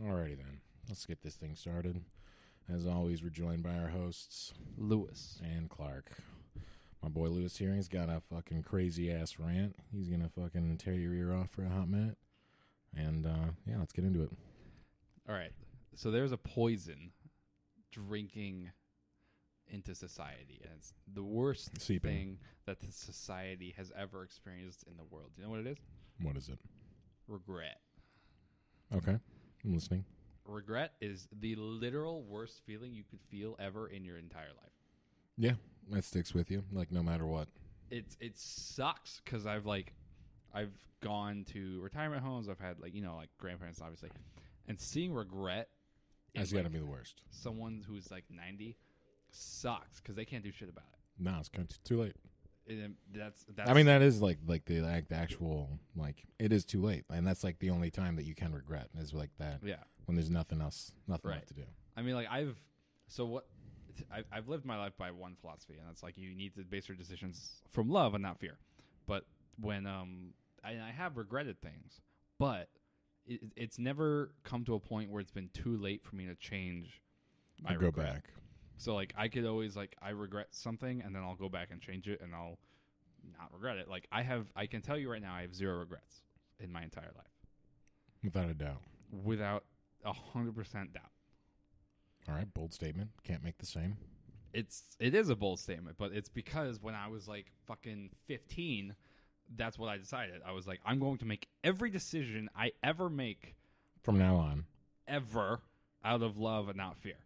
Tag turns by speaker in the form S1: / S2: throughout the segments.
S1: Alrighty then, let's get this thing started. As always, we're joined by our hosts
S2: Lewis.
S1: and Clark. My boy Lewis here. He's got a fucking crazy ass rant. He's gonna fucking tear your ear off for a hot minute. And uh, yeah, let's get into it.
S2: All right. So there's a poison drinking into society, and it's the worst
S1: Seeping.
S2: thing that the society has ever experienced in the world. Do you know what it is?
S1: What is it?
S2: Regret.
S1: Okay, I'm listening.
S2: Regret is the literal worst feeling you could feel ever in your entire life.
S1: Yeah, that sticks with you, like no matter what.
S2: It's it sucks because I've like I've gone to retirement homes. I've had like you know like grandparents obviously, and seeing regret
S1: That's
S2: in,
S1: got to
S2: like,
S1: be the worst.
S2: someone who's like ninety sucks because they can't do shit about it.
S1: Nah, it's kind of too late.
S2: And that's that's.
S1: I mean, that is like like the like the actual like it is too late, and that's like the only time that you can regret is like that.
S2: Yeah.
S1: when there's nothing else, nothing
S2: Right.
S1: left to do.
S2: I mean, like I've so what I've, I've lived my life by one philosophy, and that's like you need to base your decisions from love and not fear. But when um, I, I have regretted things, but it, it's never come to a point where it's been too late for me to change.
S1: I
S2: My
S1: go
S2: regret.
S1: back.
S2: So like I could always like I regret something, and then I'll go back and change it, and I'll not regret it. Like I have, I can tell you right now, I have zero regrets in my entire life,
S1: Without a doubt.
S2: without a hundred percent doubt.
S1: All right, bold statement. Can't make the same.
S2: it's it is a bold statement, but it's because when I was like fucking 15, that's what I decided. I was like, I'm going to make every decision I ever make
S1: From now on,
S2: ever out of love and not fear.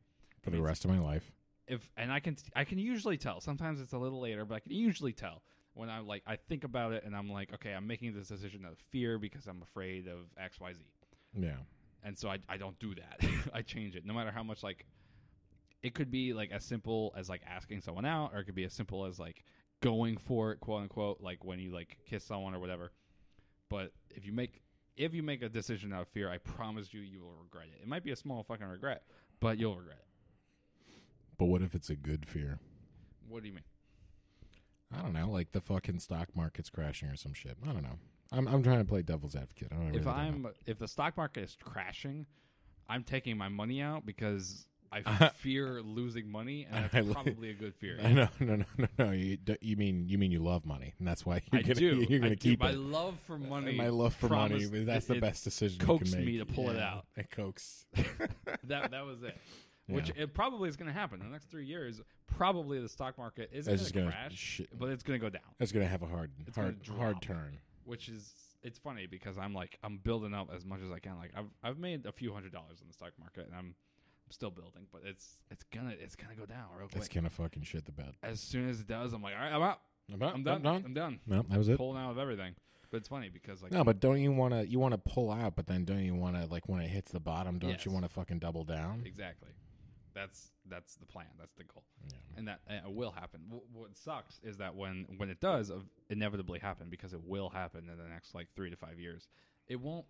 S1: for the rest of my life.
S2: If and I can I can usually tell. Sometimes it's a little later, but I can usually tell when I'm like I think about it and I'm like, okay, I'm making this decision out of fear because I'm afraid of X Y Z.
S1: Yeah.
S2: and so I, I don't do that. I change it, no matter how much like it could be like as simple as like asking someone out, or it could be as simple as like going for it, quote unquote, like when you like kiss someone or whatever. But if you make if you make a decision out of fear, I promise you, you will regret it. It might be a small fucking regret, but you'll regret it.
S1: But what if it's a good fear?
S2: What do you mean?
S1: I don't know, like the fucking stock market's crashing or some shit. I don't know. I'm I'm trying to play devil's advocate. I don't really
S2: if
S1: don't
S2: I'm
S1: know.
S2: if the stock market is crashing, I'm taking my money out because I fear losing money, and
S1: I
S2: that's
S1: li-
S2: probably a good fear.
S1: I know, no, no, no, no. You, d- you mean you mean you love money, and that's why you're
S2: I
S1: gonna,
S2: do.
S1: You're gonna
S2: I do.
S1: keep
S2: My
S1: it.
S2: love for money.
S1: My love for money.
S2: promised-
S1: but That's
S2: it-
S1: the
S2: it-
S1: best decision.
S2: coaxed
S1: you can
S2: me
S1: make.
S2: to pull it out.
S1: It coaxed.
S2: That that was it. Which it probably is going to happen in the next three years. Probably the stock market
S1: It's
S2: isn't
S1: just
S2: going
S1: gonna
S2: to crash,
S1: shit.
S2: but it's going to go down.
S1: That's gonna have a hard,
S2: gonna
S1: hard, hard
S2: drop.
S1: turn.
S2: Which is it's funny because I'm like I'm building up as much as I can. Like I've I've made a few hundred dollars in the stock market and I'm I'm still building, but it's it's gonna it's gonna go down real
S1: It's
S2: quick.
S1: gonna fucking shit the bed.
S2: As soon as it does, I'm like, all right, I'm out.
S1: I'm, out.
S2: I'm done. I'm done.
S1: No, that was it.
S2: Pulling out of everything. But it's funny because like
S1: No, but don't you want to? You want to pull out, but then don't you want to? Like when it hits the bottom, don't
S2: Yes.
S1: you want to fucking double down?
S2: Exactly. That's that's the plan. That's the goal,
S1: Yeah.
S2: and that and it will happen. What, what sucks is that when when it does uh, inevitably happen, because it will happen in the next like three to five years, it won't.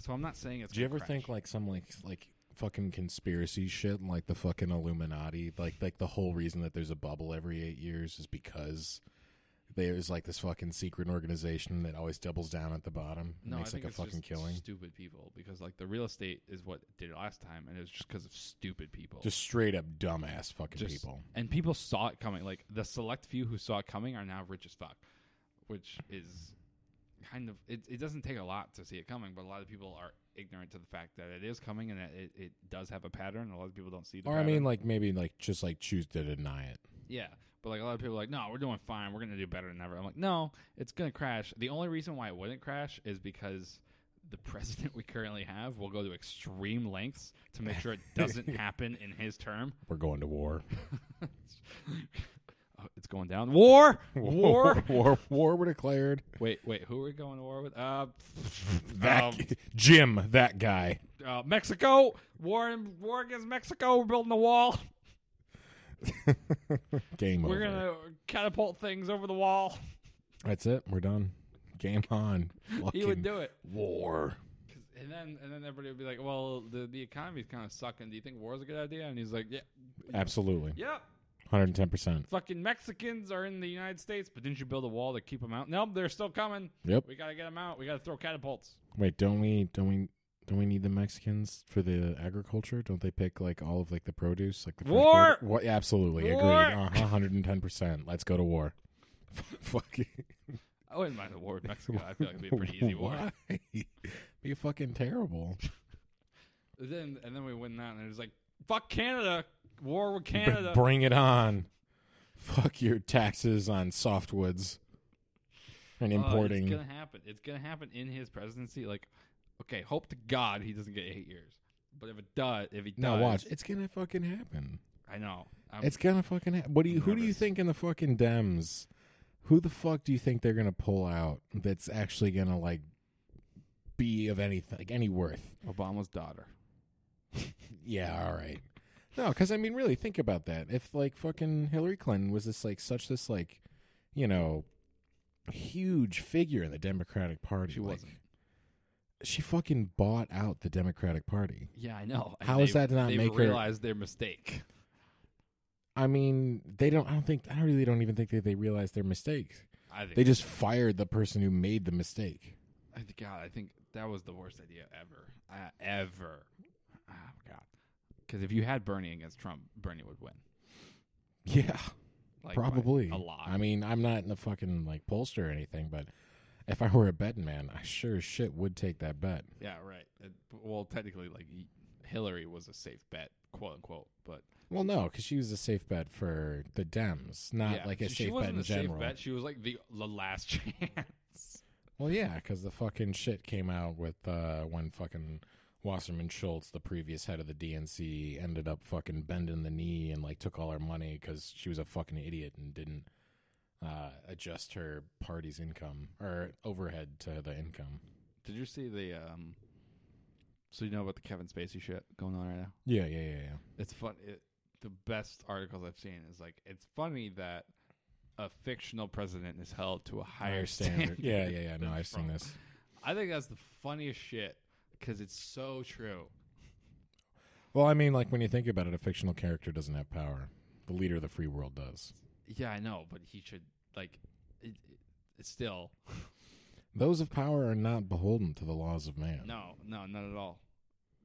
S2: So I'm not saying it's.
S1: Do you
S2: gonna
S1: ever
S2: crash.
S1: think like some like like fucking conspiracy shit, and, like the fucking Illuminati, like like the whole reason that there's a bubble every eight years is because there's like this fucking secret organization that always doubles down at the bottom, and
S2: No, I
S1: makes
S2: think
S1: like a
S2: it's
S1: fucking
S2: just
S1: killing,
S2: Stupid people, because like the real estate is what did it last time, and it was just because of stupid people.
S1: just straight up dumbass fucking
S2: Just-
S1: people.
S2: and people saw it coming. Like the select few who saw it coming are now rich as fuck, which is kind of it. It doesn't take a lot to see it coming, but a lot of people are ignorant to the fact that it is coming and that it, it does have a pattern. A lot of people don't see the
S1: Or I
S2: pattern.
S1: mean, like maybe like just like choose to deny it.
S2: yeah, but like a lot of people are like, no, we're doing fine. We're gonna do better than ever. I'm like, no, it's gonna crash. The only reason why it wouldn't crash is because. The president we currently have will go to extreme lengths to make sure it doesn't happen in his term.
S1: We're going to war,
S2: Oh, it's going down. War, war,
S1: war, war. Were declared.
S2: Wait, wait, who are we going to war with? Uh,
S1: That
S2: um,
S1: Jim, that guy.
S2: uh, Mexico. War, in- war against Mexico. We're building a wall.
S1: Game
S2: We're
S1: over.
S2: gonna catapult things over the wall.
S1: That's it. We're done. Game on.
S2: He would do it,
S1: war.
S2: 'Cause- and then and then everybody would be like, "Well, the the economy's kind of sucking. Do you think war's a good idea?" And he's like, "Yeah,
S1: Absolutely.
S2: yeah.
S1: 110%.
S2: Fucking Mexicans are in the United States, but didn't you build a wall to keep them out? No, they're still coming.
S1: Yep.
S2: We gotta get them out. We gotta throw catapults.
S1: Wait, don't we don't we Don't we need the Mexicans for the agriculture? Don't they pick like all of like the produce, like the fresh
S2: War!
S1: produce? Wa- yeah, absolutely
S2: War!
S1: agreed. One hundred and ten percent. Let's go to war. Fucking
S2: I wouldn't mind a war with Mexico. I feel like it'd be a pretty easy war.
S1: Why? be fucking terrible.
S2: Then and then we win that, and it was like, fuck Canada, war with
S1: B-
S2: Canada.
S1: Bring it on. Fuck your taxes on softwoods and
S2: Oh,
S1: importing.
S2: it's gonna happen. It's gonna happen in his presidency. Like, okay, hope to God he doesn't get eight years. But if it does, if he
S1: no,
S2: does,
S1: watch. It's gonna fucking happen.
S2: I know. I'm,
S1: It's gonna fucking happen. What do you? Who do you
S2: nervous.
S1: think in the fucking Dems? Who the fuck do you think they're gonna pull out? That's actually gonna like be of anything, like any worth.
S2: Obama's daughter.
S1: Yeah, all right. No, because I mean, really think about that. If like fucking Hillary Clinton was this like such this like, you know, huge figure in the Democratic Party,
S2: She
S1: like,
S2: wasn't.
S1: She fucking bought out the Democratic Party.
S2: Yeah, I know. And
S1: How is
S2: they've-
S1: that not
S2: they've
S1: make her-
S2: realized their mistake?
S1: I mean, they don't. I don't think. I really don't even think that they realized their mistakes.
S2: I think.
S1: They just fired the person who made the mistake.
S2: I think- God, I think that was the worst idea ever. Uh, ever. Oh God. Because if you had Bernie against Trump, Bernie would win.
S1: Yeah,
S2: Like, by
S1: probably
S2: a lot.
S1: I mean, I'm not in a fucking like pollster or anything, but if I were a betting man, I sure as shit would take that bet.
S2: yeah, right. It- well, technically, like he- Hillary was a safe bet, quote unquote. But
S1: Well, no, because she was a safe bet for the Dems, not
S2: yeah,
S1: like a
S2: she, she
S1: safe bet
S2: wasn't
S1: in
S2: a
S1: general.
S2: safe bet. She was like the, the last chance.
S1: Well, yeah, because the fucking shit came out with uh, when fucking Wasserman Schultz, the previous head of the DNC, ended up fucking bending the knee and like took all her money because she was a fucking idiot and didn't uh, adjust her party's income or overhead to the income.
S2: Did you see the um? So you know about the Kevin Spacey shit going on right now?
S1: Yeah, yeah, yeah, yeah.
S2: It's fun. It, the best articles I've seen is like it's funny that a fictional president is held to a higher standard.
S1: Yeah, yeah, yeah. No, I've seen
S2: Trump.
S1: this.
S2: I think that's the funniest shit because it's so true.
S1: Well, I mean, like when you think about it, a fictional character doesn't have power. The leader of the free world does.
S2: Yeah, I know, but he should like it, it, it's still
S1: Those of power are not beholden to the laws of man.
S2: no, no, not at all.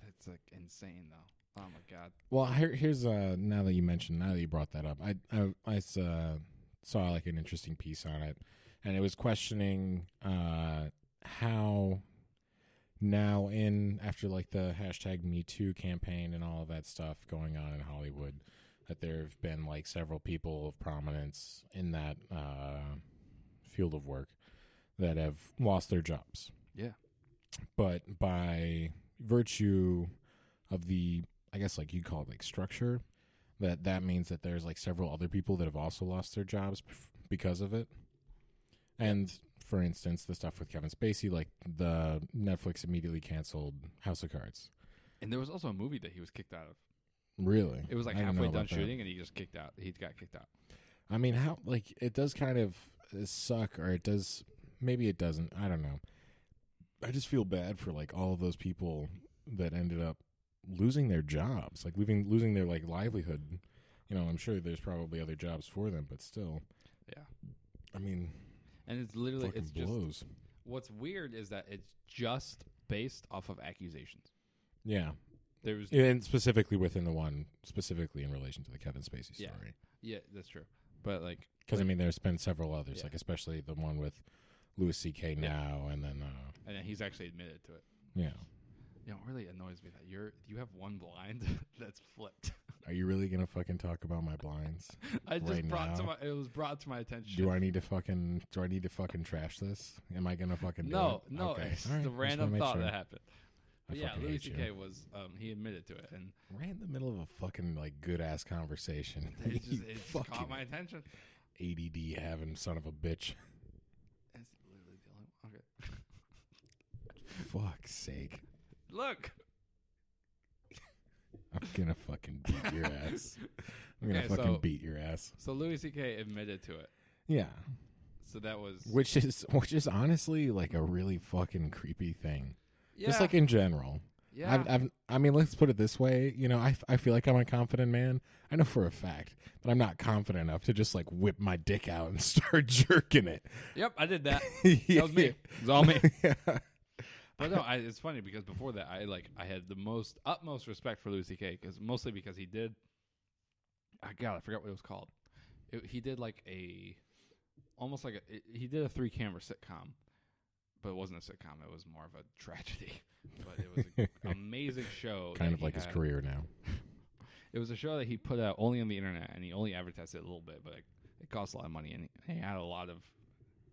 S2: That's like insane though. Oh my god.
S1: Well, here, here's uh now that you mentioned now that you brought that up, I I, I s- uh, saw like an interesting piece on it, and it was questioning uh how now in after like the hashtag Me Too campaign and all of that stuff going on in Hollywood, that there have been like several people of prominence in that uh, field of work that have lost their jobs
S2: Yeah.
S1: but by virtue of the i guess like you call it like structure that that means that there's like several other people that have also lost their jobs bef- because of it and for instance the stuff with kevin spacey like the netflix immediately canceled house of cards
S2: And there was also a movie that he was kicked out of.
S1: really
S2: It was like
S1: I didn't know
S2: halfway
S1: about
S2: done
S1: that.
S2: shooting, and he just kicked out. He got kicked out.
S1: I mean, how like it does kind of uh, suck, or it does. Maybe it doesn't. I don't know. I just feel bad for like all of those people that ended up losing their jobs, like losing losing their like livelihood. You know, I'm sure there's probably other jobs for them, but still,
S2: Yeah.
S1: I mean,
S2: And it's literally
S1: fucking
S2: it's just
S1: blows.
S2: what's weird is that it's just based off of accusations.
S1: Yeah,
S2: There was
S1: and specifically within the one, specifically in relation to the Kevin Spacey
S2: Yeah.
S1: story,
S2: yeah, that's true. But like
S1: because I mean, there's been several others,
S2: Yeah.
S1: like especially the one with Louis C.K. now, and then uh,
S2: and he's actually admitted to it.
S1: yeah.
S2: You know, it really annoys me that you're you have one blind that's flipped.
S1: Are you really gonna fucking talk about my blinds?
S2: I just
S1: Right
S2: brought to
S1: now?
S2: my it was brought to my attention.
S1: Do I need to fucking do I need to fucking trash this? Am I gonna fucking do
S2: no,
S1: it?
S2: no,
S1: Okay.
S2: it's
S1: All right.
S2: the
S1: Just wanna
S2: random
S1: make
S2: thought
S1: sure.
S2: that happened.
S1: I
S2: But yeah,
S1: fucking
S2: Louis
S1: hate
S2: C.K.
S1: you.
S2: was um, he admitted to it, and
S1: Right in the middle of a fucking like good ass conversation.
S2: it just,
S1: You
S2: it just
S1: fucking
S2: caught my attention.
S1: ADD having son of a bitch.
S2: It's literally the only one. Okay,
S1: Fuck's sake!
S2: look.
S1: I'm gonna fucking beat your ass. I'm gonna
S2: Okay,
S1: fucking
S2: so-
S1: beat your ass.
S2: So Louis C.K. admitted to it.
S1: Yeah,
S2: So that was
S1: which is which is honestly like a really fucking creepy thing.
S2: yeah,
S1: Just like in general.
S2: yeah.
S1: I've, I've, I mean, let's put it this way. You know, I, f- I feel like I'm a confident man. I know for a fact that I'm not confident enough to just like whip my dick out and start jerking it.
S2: yep, I did that. Oh,
S1: yeah.
S2: That was me. It was all me.
S1: Yeah.
S2: But no, I, it's funny because before that, I like I had the most utmost respect for Louis C.K. because mostly because he did. I God, I forgot what it was called. It, he did like a, almost like a, it- he did a three camera sitcom, but it wasn't a sitcom. It was more of a tragedy. But it was an amazing show.
S1: kind
S2: that
S1: of
S2: he
S1: like his
S2: had.
S1: career now.
S2: It was a show that he put out only on the internet, and he only advertised it a little bit, but it, it cost a lot of money, and he had a lot of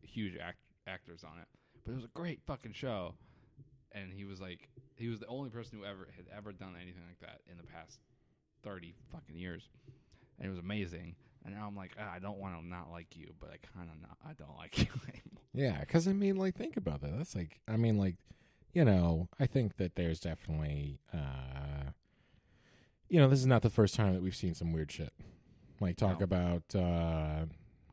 S2: huge act, actors on it. But it was a great fucking show, and he was like, he was the only person who ever had ever done anything like that in the past thirty fucking years, and it was amazing. And now I'm like, ah, I don't want to not like you, but I kind of not, I don't like you anymore.
S1: Yeah, because I mean, like, think about that. That's like, I mean, like, you know, I think that there's definitely, uh, you know, this is not the first time that we've seen some weird shit. Like, talk
S2: No.
S1: about, uh,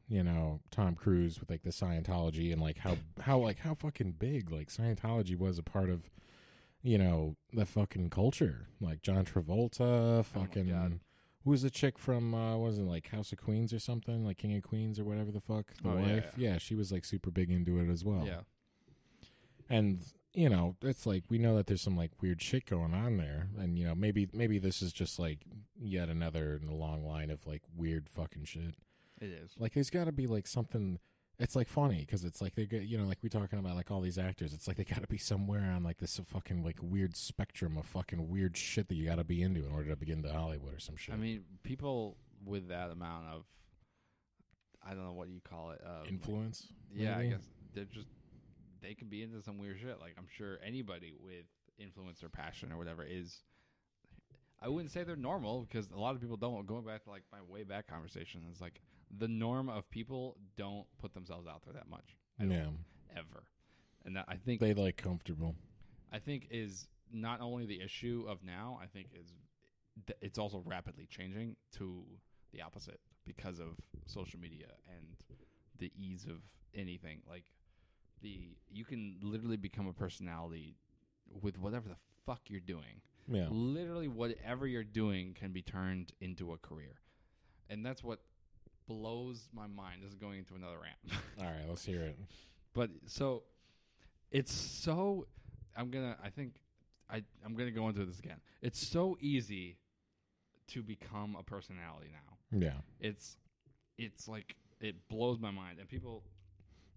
S1: you know, Tom Cruise with like the Scientology and like how, how, like, how fucking big like Scientology was a part of, you know, the fucking culture. Like, John Travolta, fucking.
S2: Oh God.
S1: who was the chick from uh what was it like House of Queens or something like King of Queens or whatever the fuck the
S2: Oh, yeah,
S1: wife yeah she was like super big into it as well
S2: Yeah,
S1: and you know it's like we know that there's some like weird shit going on there and you know maybe maybe this is just like yet another in the long line of like weird fucking shit
S2: it is.
S1: like there's got to be like something it's like funny because it's like they get you know like we're talking about like all these actors it's like they got to be somewhere on like this fucking like weird spectrum of fucking weird shit that you got to be into in order to begin to hollywood or some shit
S2: I mean, people with that amount of, I don't know what you call it, um, like,
S1: influence
S2: Yeah,
S1: maybe?
S2: I guess they're just they can be into some weird shit. Like I'm sure anybody with influence or passion or whatever is. I wouldn't say they're normal because a lot of people don't. Going back to like my way back conversation, is like the norm of people don't put themselves out there that much
S1: yeah
S2: ever, and that I think
S1: they like comfortable
S2: I think is not only the issue of now. I think is th- it's also rapidly changing to the opposite because of social media and the ease of anything. Like the you can literally become a personality with whatever the fuck you're doing.
S1: yeah
S2: Literally, whatever you're doing can be turned into a career, and that's what blows my mind. This is going into another rant.
S1: all right let's hear it
S2: But so it's so I'm gonna I think I I'm gonna go into this again. It's so easy to become a personality now.
S1: yeah
S2: It's it's like it blows my mind and people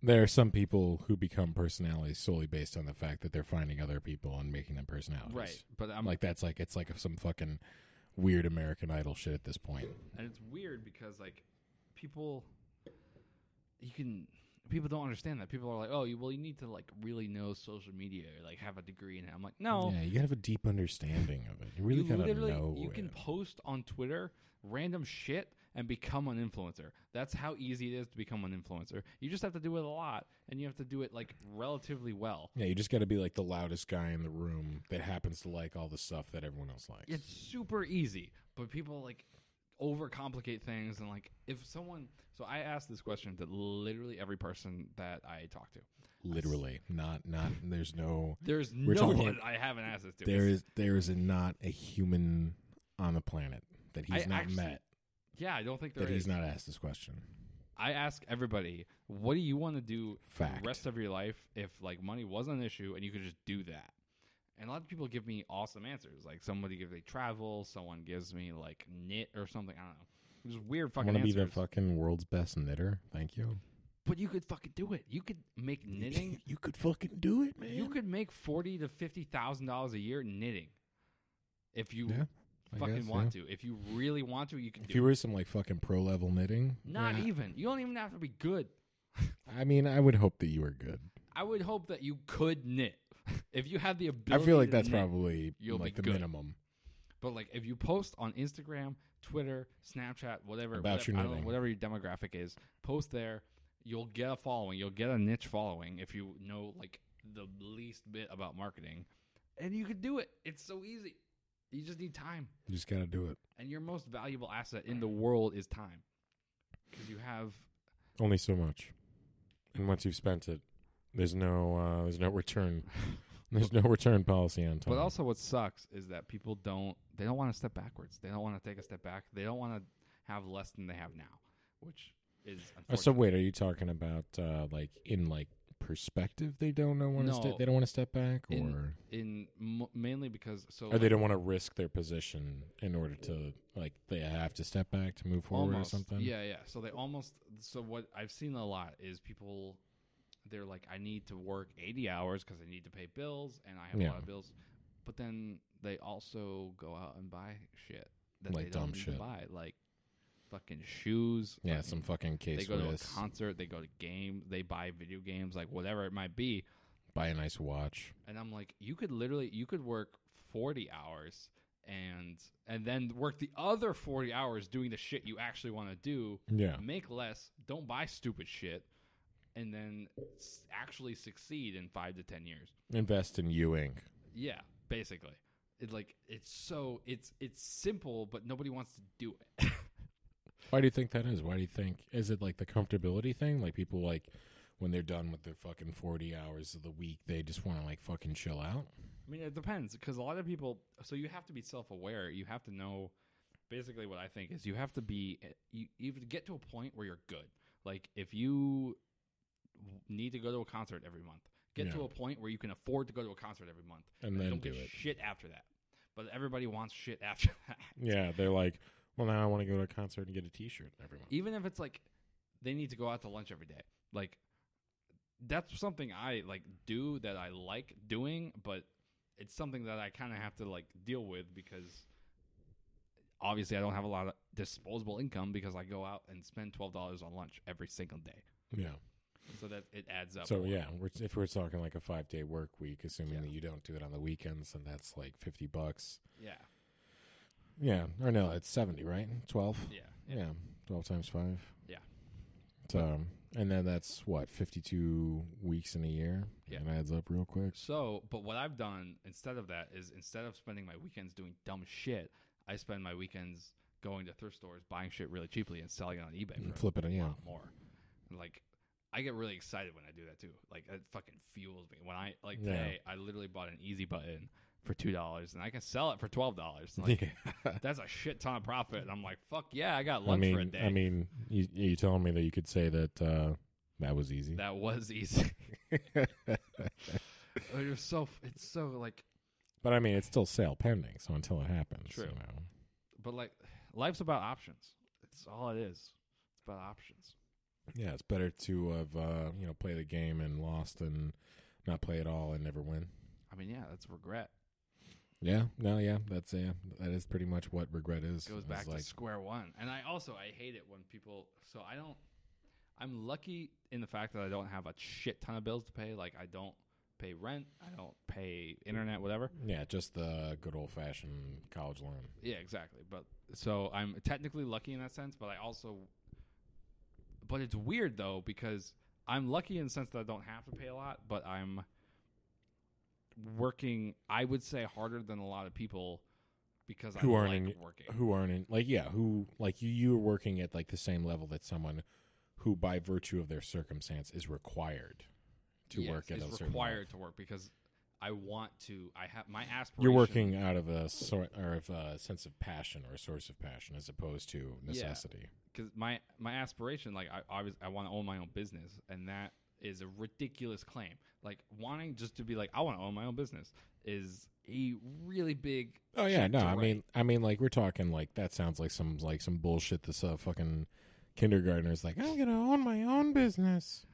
S1: There are some people who become personalities solely based on the fact that they're finding other people and making them personalities.
S2: right. But I'm
S1: Like that's like it's like some fucking weird American Idol shit at this point.
S2: and it's weird because like people you can people don't understand that. People are like, "Oh, you well you need to like really know social media or like have a degree in it." I'm like, "No,
S1: Yeah, you gotta have a deep understanding of it. You really
S2: Oh. you
S1: gotta
S2: literally
S1: know.
S2: you can
S1: it.
S2: post on Twitter random shit and become an influencer. That's how easy it is to become an influencer. You just have to do it a lot and you have to do it like relatively well.
S1: Yeah, you just gotta be like the loudest guy in the room that happens to like all the stuff that everyone else likes.
S2: It's super easy, but people like overcomplicate things and like if someone so I asked this question to literally every person that I talk to.
S1: Literally, not not. There's no.
S2: There's
S1: We're
S2: no
S1: talking-
S2: one I haven't asked this to.
S1: There is there is a, not a human on the planet that he's
S2: I
S1: not
S2: actually-
S1: met
S2: yeah, I don't think there
S1: that
S2: is.
S1: he's not asked this question.
S2: I ask everybody, what do you want to do for
S1: Fact.
S2: the rest of your life if like money wasn't an issue and you could just do that? And a lot of people give me awesome answers. Like somebody gives me travel, someone gives me like knit or something. I don't know. Just weird
S1: I
S2: fucking
S1: want to be
S2: answers.
S1: the fucking world's best knitter. Thank you.
S2: but you could fucking do it. You could make knitting.
S1: you could fucking do it, man.
S2: you could make forty to fifty thousand dollars a year knitting. If you
S1: Yeah, I
S2: fucking
S1: guess,
S2: want to. If you really want to, you can
S1: If
S2: do
S1: you were some like fucking pro level knitting,
S2: it. Not e-
S1: yeah,
S2: even. You don't even have to be good.
S1: I mean, I would hope that you were good.
S2: I would hope that you could knit. if you have the
S1: I
S2: ability
S1: feel like
S2: to
S1: that's
S2: knit.
S1: probably
S2: you'll be
S1: like the
S2: good.
S1: minimum.
S2: But like, if you post on Instagram, Twitter, Snapchat, whatever,
S1: About
S2: whatever,
S1: your
S2: I don't know,
S1: knitting.
S2: whatever your demographic is, post there. You'll get a following. You'll get a niche following if you know like the least bit about marketing, and you can do it. It's so easy. You just need time,
S1: You just gotta do it.
S2: and your most valuable asset in the world is time, because you have
S1: Only so much, and once you've spent it, there's no uh, there's no return. There's no return policy on time.
S2: But also, what sucks is that people don't they don't want to step backwards. They don't want to take a step back. They don't want to have less than they have now, which is
S1: Oh,
S2: unfortunate.
S1: so wait, are you talking about uh, like in like perspective they don't know want to
S2: No.
S1: step they don't want to step back or
S2: In- in mo- mainly because so
S1: or Oh, they
S2: like,
S1: don't want to risk their position in order to like they have to step back to move forward
S2: almost
S1: or something.
S2: Yeah, yeah. So they almost. So what I've seen a lot is people, they're like, I need to work eighty hours because I need to pay bills and I have a
S1: Yeah.
S2: lot of bills, but then they also go out and buy shit that
S1: Like
S2: they
S1: dumb
S2: don't need to
S1: shit.
S2: buy, like fucking shoes.
S1: Yeah,
S2: fucking-
S1: some fucking case
S2: They go to a
S1: risk,
S2: concert. They go to game. They buy video games, like whatever it might be.
S1: buy a nice watch.
S2: And I'm like, you could literally, you could work forty hours. And and then work the other forty hours doing the shit you actually want to do,
S1: Yeah.
S2: make less, don't buy stupid shit, and then s- actually succeed in five to ten years.
S1: Invest in U Inc.
S2: Yeah, basically, it's like it's so it's it's simple, but nobody wants to do it.
S1: Why do you think that is? Why do you think is it like the comfortability thing? Like people like when they're done with their fucking forty hours of the week, they just want to like fucking chill out.
S2: I mean, it depends because a lot of people. So you have to be self-aware. You have to know. Basically, what I think is you have to be. You you have to get to a point where you're good. Like if you w- need to go to a concert every month, get to
S1: Yeah.
S2: a point where you can afford to go to a concert every month,
S1: And then
S2: don't
S1: do
S2: get
S1: it.
S2: shit after that. But everybody wants shit after that.
S1: Yeah, they're like, well, now I want to go to a concert and get a T-shirt every month.
S2: Even if it's like they need to go out to lunch every day. Like that's something I like do that I like doing, but it's something that I kind of have to like deal with because obviously I don't have a lot of disposable income because I go out and spend $12 on lunch every single day.
S1: Yeah.
S2: So that it adds up.
S1: So yeah, we're, if we're talking like a five day work week, assuming
S2: Yeah.
S1: that you don't do it on the weekends, and that's like fifty bucks.
S2: Yeah.
S1: Yeah, or no, it's seventy, right? Twelve.
S2: Yeah.
S1: Yeah, twelve times five.
S2: Yeah.
S1: So um, and then that's what fifty two weeks in a year.
S2: Yeah.
S1: and adds up real quick.
S2: So, but what I've done instead of that is instead of spending my weekends doing dumb shit, I spend my weekends going to thrift stores, buying shit really cheaply, and selling it on eBay for
S1: Flip it,
S2: a
S1: yeah.
S2: lot more. And, like, I get really excited when I do that too. Like, it fucking fuels me. When I like
S1: Yeah.
S2: today, I literally bought an Easy Button for two dollars, and I can sell it for twelve dollars. Like, that's a shit ton of profit. And I'm like, fuck yeah, I got
S1: I
S2: lunch for a
S1: mean,
S2: day.
S1: I mean, you you telling me that you could say that uh, that was easy?
S2: that was easy. it was so. It's so like.
S1: but I mean, it's still sale pending. So until it happens,
S2: True.
S1: You know.
S2: but like life's about options it's all it is it's about options
S1: Yeah, it's better to have uh, you know play the game and lost than not play at all and never win.
S2: i mean yeah that's regret
S1: Yeah, no, yeah, that's yeah, that is pretty much what regret is.
S2: it goes
S1: It's
S2: back
S1: like,
S2: to square one and i also i hate it when people so i don't i'm lucky in the fact that i don't have a shit ton of bills to pay like i don't pay rent i don't pay internet whatever
S1: yeah, just the good old fashioned college loan.
S2: yeah exactly but so i'm technically lucky in that sense but i also but it's weird though because i'm lucky in the sense that i don't have to pay a lot but i'm working i would say harder than a lot of people because
S1: Who
S2: i
S1: aren't
S2: like
S1: in-
S2: working
S1: Who aren't in like yeah, who like you you are working at like the same level that someone who by virtue of their circumstance is required to
S2: Yes,
S1: work at
S2: is
S1: a certain level.
S2: required to work because i want to i have my aspiration
S1: You're working out of a sort or of a sense of passion or a source of passion as opposed to necessity.
S2: because my my aspiration, like I obviously I want to own my own business, and that is a ridiculous claim. Like wanting just to be like I want to own my own business is a really big.
S1: Oh yeah,
S2: check
S1: no,
S2: to
S1: I
S2: write.
S1: mean, I mean, like we're talking like that sounds like some like some bullshit. This uh, fucking kindergartner's like, "Oh, I'm gonna own my own business.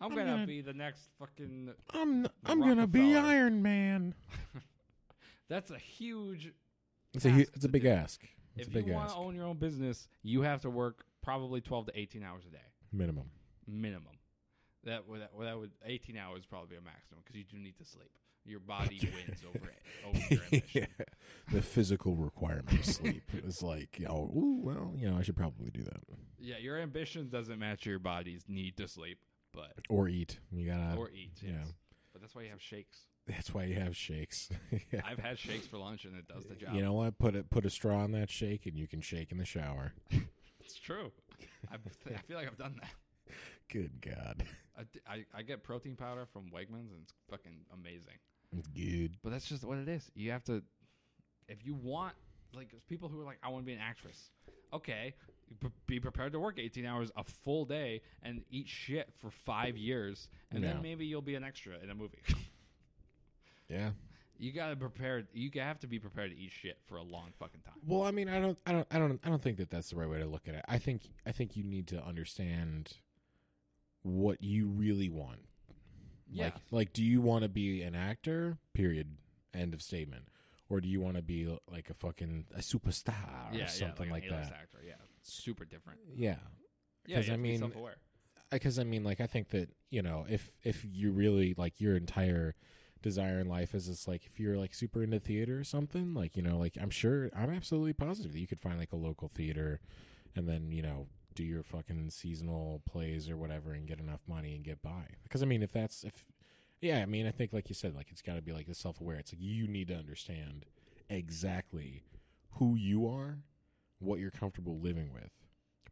S2: I'm,
S1: I'm
S2: gonna,
S1: gonna-
S2: be the next fucking.
S1: I'm I'm gonna be
S2: Rockefeller.
S1: Iron Man.
S2: That's a huge.
S1: It's a hu-
S2: Ask
S1: it's a
S2: to
S1: big
S2: do.
S1: ask. It's
S2: if
S1: a big
S2: you want
S1: ask.
S2: to own your own business, you have to work probably 12 to 18 hours a day
S1: Minimum.
S2: minimum. That would that, would- that would 18 hours would probably be a maximum because you do need to sleep. Your body wins over it over your ambition.
S1: yeah. The physical requirement of sleep is like, oh, ooh, well, you know, I should probably do that
S2: Yeah, your ambition doesn't match your body's need to sleep, but
S1: or eat. You gotta.
S2: or eat. Yes.
S1: Uh, yeah.
S2: But that's why you have shakes.
S1: that's why you have shakes. yeah.
S2: I've had shakes for lunch and it does the job.
S1: You know what? Put it put a straw in that shake, and you can shake in the shower.
S2: it's true. I, I feel like I've done that.
S1: Good God.
S2: I d I I get protein powder from Wegmans and it's fucking amazing.
S1: Good.
S2: But that's just what it is. You have to, if you want, like there's people who are like, I want to be an actress. Okay, p- be prepared to work 18 hours a full day and eat shit for five years, and
S1: No.
S2: then maybe you'll be an extra in a movie.
S1: Yeah.
S2: you gotta prepare. You have to be prepared to eat shit for a long fucking time.
S1: Well, I mean, I don't, I don't, I don't, I don't think that that's the right way to look at it. I think, I think you need to understand what you really want.
S2: Yeah.
S1: Like, like, do you want to be an actor? Period. End of statement. Or do you want to be like a fucking a superstar
S2: yeah,
S1: or something
S2: yeah,
S1: like,
S2: an A-list
S1: that?
S2: actor. Yeah, super different.
S1: Yeah,
S2: Yeah,
S1: 'Cause,
S2: you
S1: I
S2: have to be
S1: mean,
S2: self-aware.
S1: because I mean, like, I think that you know, if if you really like your entire desire in life is it's like if you're like super into theater or something, like you know, like I'm sure I'm absolutely positive that you could find like a local theater, and then you know do your fucking seasonal plays or whatever and get enough money and get by. Because I mean, if that's if yeah, I mean, I think like you said, like it's got to be like the self aware. It's like you need to understand exactly who you are, what you're comfortable living with,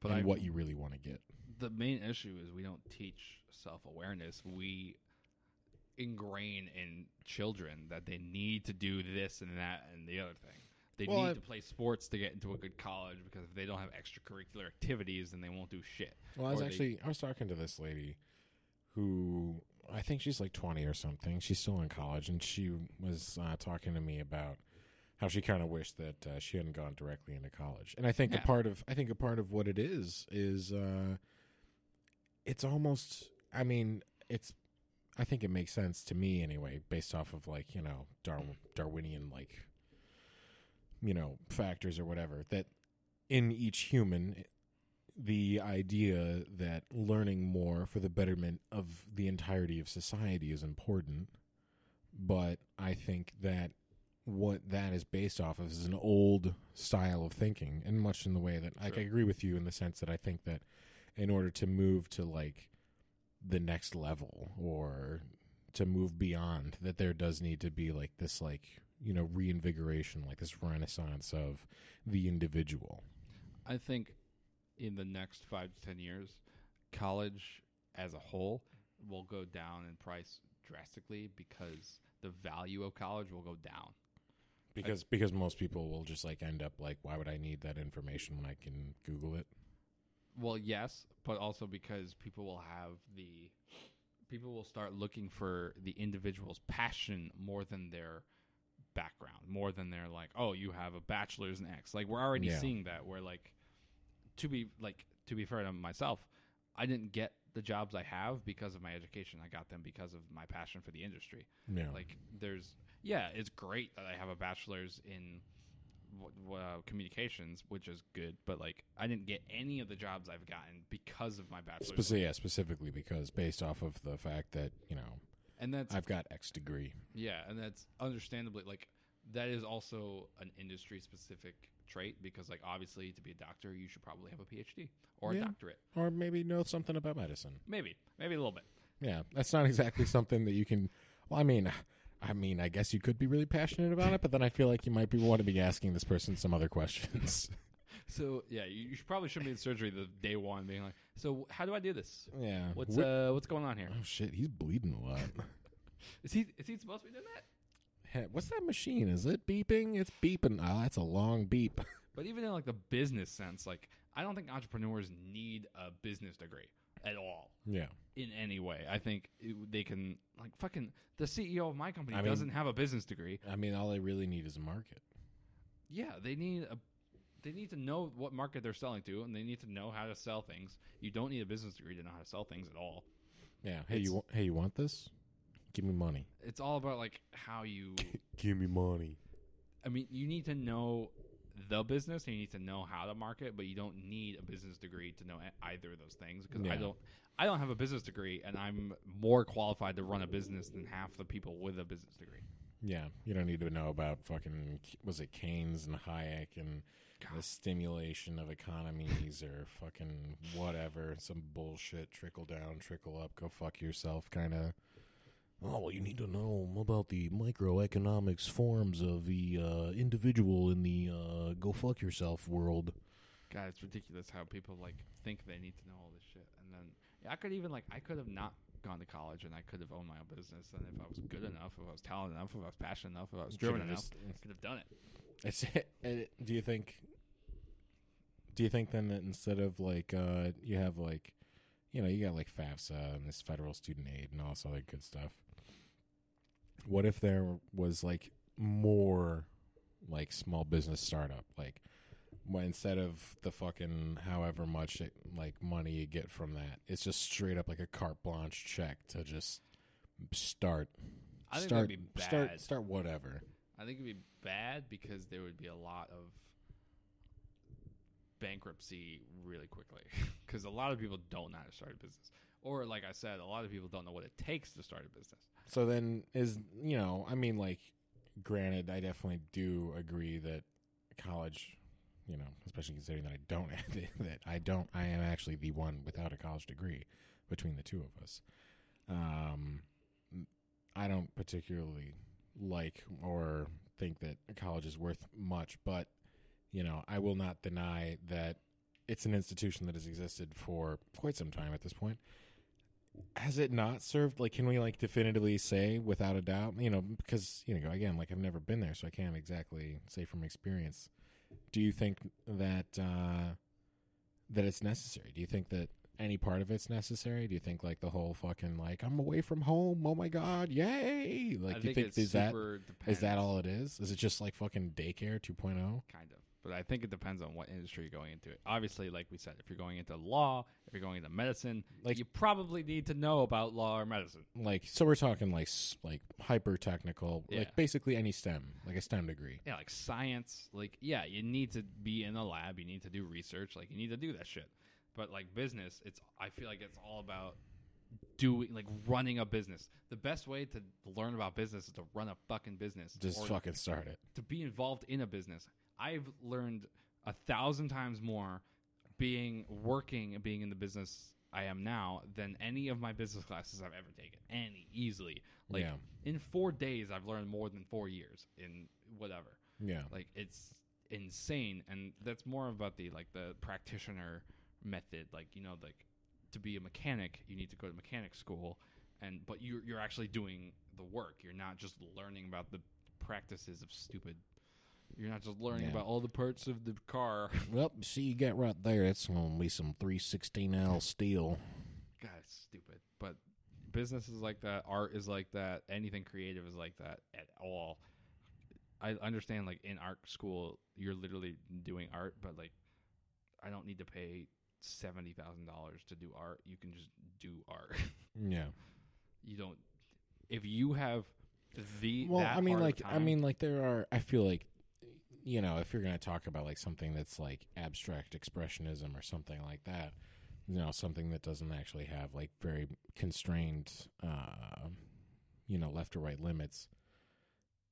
S2: But
S1: and
S2: I,
S1: what you really want to get.
S2: the main issue is we don't teach self-awareness. We ingrain in children that they need to do this and that and the other thing. They
S1: Well,
S2: need
S1: I-
S2: to play sports to get into a good college because if they don't have extracurricular activities, then they won't do shit.
S1: Well, I was
S2: Or they-
S1: actually I was talking to this lady who I think she's like 20 or something. She's still in college and she was uh, talking to me about how she kind of wished that uh, she hadn't gone directly into college. And I think
S2: Yeah.
S1: a part of I think a part of what it is is uh it's almost I mean, it's I think it makes sense to me anyway based off of like, you know, Dar- Darwinian like you know, factors or whatever that in each human the idea that learning more for the betterment of the entirety of society is important. But I think that what that is based off of is an old style of thinking, and much in the way that like, I
S2: Sure.
S1: agree with you in the sense that I think that in order to move to like the next level or to move beyond, that there does need to be like this, like, you know, reinvigoration, like this renaissance of the individual.
S2: I think in the next five to ten years, college as a whole will go down in price drastically because the value of college will go down.
S1: because because most people will just like end up like why would i need that information when i can google it
S2: Well, yes, but also because people will have the people will start looking for the individual's passion more than their background, more than their like, oh, you have a bachelor's in X. Like we're already
S1: Yeah.
S2: seeing that where like to be like to be fair to myself, I didn't get the jobs I have because of my education. I got them because of my passion for the industry
S1: yeah
S2: like there's yeah it's great that i have a bachelor's in w- w- uh, communications which is good but like i didn't get any of the jobs i've gotten because of my bachelor's
S1: Speci- yeah, specifically because based off of the fact that you know
S2: and that's
S1: i've got x degree
S2: yeah and that's understandably like that is also an industry specific trait because like obviously to be a doctor you should probably have a phd or
S1: Yeah.
S2: a doctorate
S1: or maybe know something about medicine
S2: maybe maybe a little bit
S1: yeah that's not exactly something that you can well i mean i mean i guess you could be really passionate about it but then i feel like you might be want to be asking this person some other questions
S2: so yeah you, you should probably shouldn't be in surgery the day one being like so how do i do this
S1: yeah
S2: what's
S1: Wh-
S2: uh what's going on here
S1: oh shit he's bleeding a lot
S2: is he is he supposed to be doing that
S1: Hey, what's that machine is it beeping it's beeping oh that's a long beep
S2: But even in like the business sense, like I don't think entrepreneurs need a business degree at all
S1: yeah
S2: in any way. I think it, they can like fucking the CEO of my company
S1: I mean-
S2: doesn't have a business degree.
S1: i mean all they really need is a market
S2: Yeah, they need a they need to know what market they're selling to and they need to know how to sell things. You don't need a business degree to know how to sell things at all.
S1: Yeah. Hey,
S2: It's-
S1: you want, hey, you want this? Give me money.
S2: It's all about like how you
S1: Give me money.
S2: I mean, you need to know the business and you need to know how to market, but you don't need a business degree to know a- either of those things because I
S1: Yeah.
S2: don't I don't have a business degree and I'm more qualified to run a business than half the people with a business degree.
S1: Yeah, you don't need to know about fucking was it Keynes and Hayek and the stimulation of economies or fucking whatever, some bullshit trickle down, trickle up, go fuck yourself kind of. Oh, well, you need to know about the microeconomics forms of the uh, individual in the uh, go fuck yourself world.
S2: God, it's ridiculous how people like think they need to know all this shit. And then yeah, I could even like I could have not gone to college and I could have owned my own business and if I was good enough, if I was talented enough, if I was passionate enough, if I was driven
S1: Should've
S2: enough,
S1: just-
S2: I could have done it.
S1: It's, do you think Do you think then that instead of like uh, you have like, you know, you got like FAFSA and this federal student aid and all this other good stuff. What if there was like more like small business startup like wh- instead of the fucking however much it, like money you get from that it's just straight up like a carte blanche check to just start
S2: I think
S1: start
S2: that'd be bad.
S1: start start whatever
S2: I think it'd be bad because there would be a lot of bankruptcy really quickly because a lot of people don't know how to start a business or like i said a lot of people don't know what it takes to start a business
S1: So then is you know, I mean like granted I definitely do agree that college, you know, especially considering that I don't that I don't I am actually the one without a college degree between the two of us. Um I don't particularly like or think that college is worth much, but you know, I will not deny that it's an institution that has existed for quite some time at this point has it not served like can we like definitively say without a doubt you know because you know again like i've never been there so i can't exactly say from experience do you think that uh that it's necessary do you think that any part of it's necessary do you think like the whole fucking like i'm away from home oh my god yay like
S2: I
S1: do you think
S2: it's
S1: is that
S2: super
S1: is that
S2: depends,
S1: all it is is it just like fucking daycare oh? 2.0
S2: kind of but i think it depends on what industry you're going into obviously like we said if you're going into law if you're going into medicine like
S1: Like-
S2: you probably need to know about law or medicine
S1: like so we're talking like s- like hyper technical
S2: Yeah.
S1: like basically any stem like a stem degree
S2: yeah, like science, like yeah, you need to be in a lab, you need to do research, like you need to do that shit. But like business, it's I feel like it's all about doing like running a business. The best way to learn about business is to run a fucking business.
S1: just
S2: or
S1: fucking start it
S2: to be involved in a business. I've learned a thousand times more being working and being in the business I am now than any of my business classes I've ever taken. Any easily. Like
S1: Yeah.
S2: in four days I've learned more than four years in whatever
S1: yeah
S2: like it's insane and that's more about the like the practitioner method like you know like to be a mechanic you need to go to mechanic school and but you're, you're actually doing the work you're not just learning about the practices of stupid you're not just learning
S1: Yeah.
S2: about all the parts of the car
S1: Well, see, you got right there. That's going to be some 316L steel.
S2: god it's stupid but business is like that art is like that anything creative is like that at all i understand like in art school you're literally doing art but like i don't need to pay $70000 to do art you can just do art
S1: Yeah.
S2: you don't if you have the
S1: Well,
S2: that
S1: I mean,
S2: hard of
S1: like, I
S2: time-
S1: mean, like, there are, I feel like, you know, if you're going to talk about, like, something that's, like, abstract expressionism or something like that, you know, something that doesn't actually have, like, very constrained, uh, you know, left or right limits.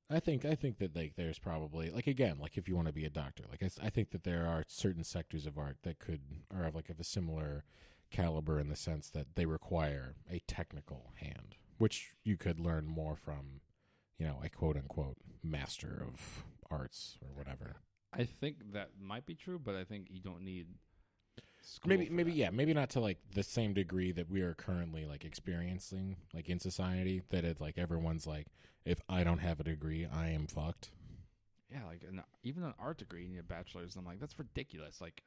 S1: I think I think that like there's probably like again like if you want to be a doctor like I, s- I think that there are certain sectors of art that could are of like of a similar caliber in the sense that they require a technical hand which you could learn more from you know a quote unquote master of arts or whatever
S2: i think that might be true but i think you don't need school
S1: maybe
S2: for
S1: maybe
S2: that.
S1: yeah maybe not to like the same degree that we are currently like experiencing like in society that it like everyone's like if I don't have a degree I am fucked
S2: yeah, like an, even an art degree, you need a bachelor's. And I'm like, that's ridiculous. Like,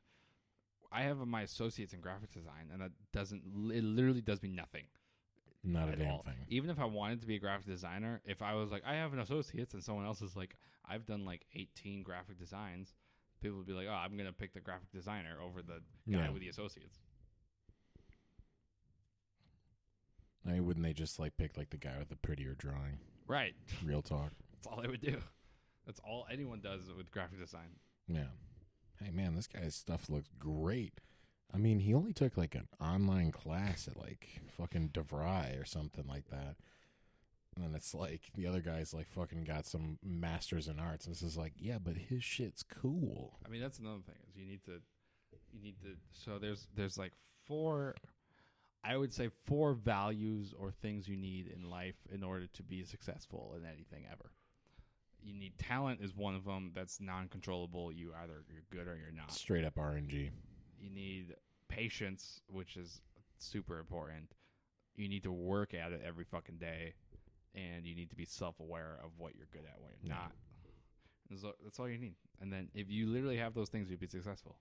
S2: I have my associates in graphic design, and that doesn't it literally does me nothing
S1: not a
S2: at
S1: damn
S2: all.
S1: thing
S2: Even if I wanted to be a graphic designer, if I was like, I have an associates, and someone else is like, I've done like 18 graphic designs, people would be like, oh, I'm gonna pick the graphic designer over the guy
S1: Yeah.
S2: with the associates.
S1: I mean, wouldn't they just like pick like the guy with the prettier drawing?
S2: Right.
S1: Real talk.
S2: That's all I would do. That's all anyone does with graphic design.
S1: Yeah. Hey man, this guy's stuff looks great. I mean, he only took like an online class at like fucking DeVry or something like that. And then it's like the other guy's like fucking got some masters in arts. This is like, yeah, but his shit's cool.
S2: I mean, that's another thing is you need to, you need to. So there's there's like four, I would say four values or things you need in life in order to be successful in anything ever. You need talent is one of them. That's non-controllable. You either you're good or you're not.
S1: Straight up RNG.
S2: You need patience, which is super important. You need to work at it every fucking day, and you need to be self-aware of what you're good at, what you're
S1: Yeah.
S2: not. That's all- That's all you need. And then if you literally have those things, you'd be successful.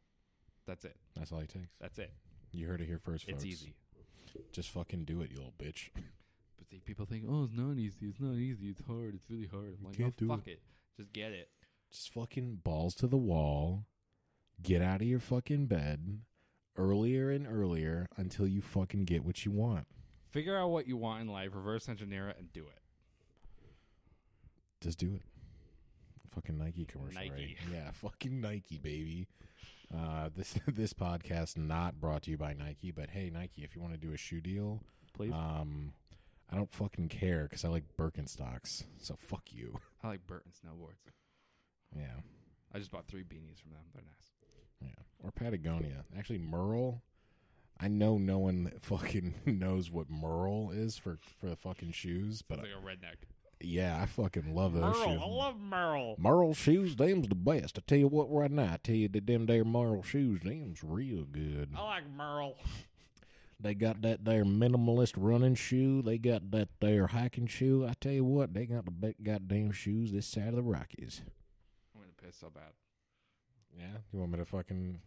S2: That's it.
S1: That's all he takes.
S2: That's it.
S1: You heard it here first, folks.
S2: It's easy.
S1: Just fucking do it, you little bitch.
S2: But see, people think, oh, it's not easy. It's not easy. It's hard. It's really hard. I'm like,
S1: can't do
S2: no, fuck it. Just get it.
S1: Just fucking balls to the wall. Get out of your fucking bed earlier and earlier until you fucking get what you want.
S2: Figure out what you want in life, reverse engineer it, and do it.
S1: Just do it. Fucking Nike commercial,
S2: Nike.
S1: right? Yeah, fucking Nike, baby. Uh, this this podcast not brought to you by Nike, but hey, Nike, if you want to do a shoe deal,
S2: Please.
S1: um, I don't fucking care because I like Birkenstocks, so fuck you.
S2: I like Burton snowboards.
S1: Yeah,
S2: I just bought three beanies from them. They're nice.
S1: yeah, or Patagonia. Actually, Merle. I know no one fucking knows what Merle is for for the fucking shoes, but
S2: It's like a redneck.
S1: yeah, I fucking love those shoes.
S2: Merle. I love Merle.
S1: Merle shoes, them's the best. I tell you what, right now, I tell you that them there Merle shoes, them's real good.
S2: I like Merle.
S1: They got that there minimalist running shoe. They got that there hiking shoe. I tell you what, they got the best goddamn shoes this side of the Rockies.
S2: I'm going to piss so bad. Oh,
S1: Yeah, you want me to fucking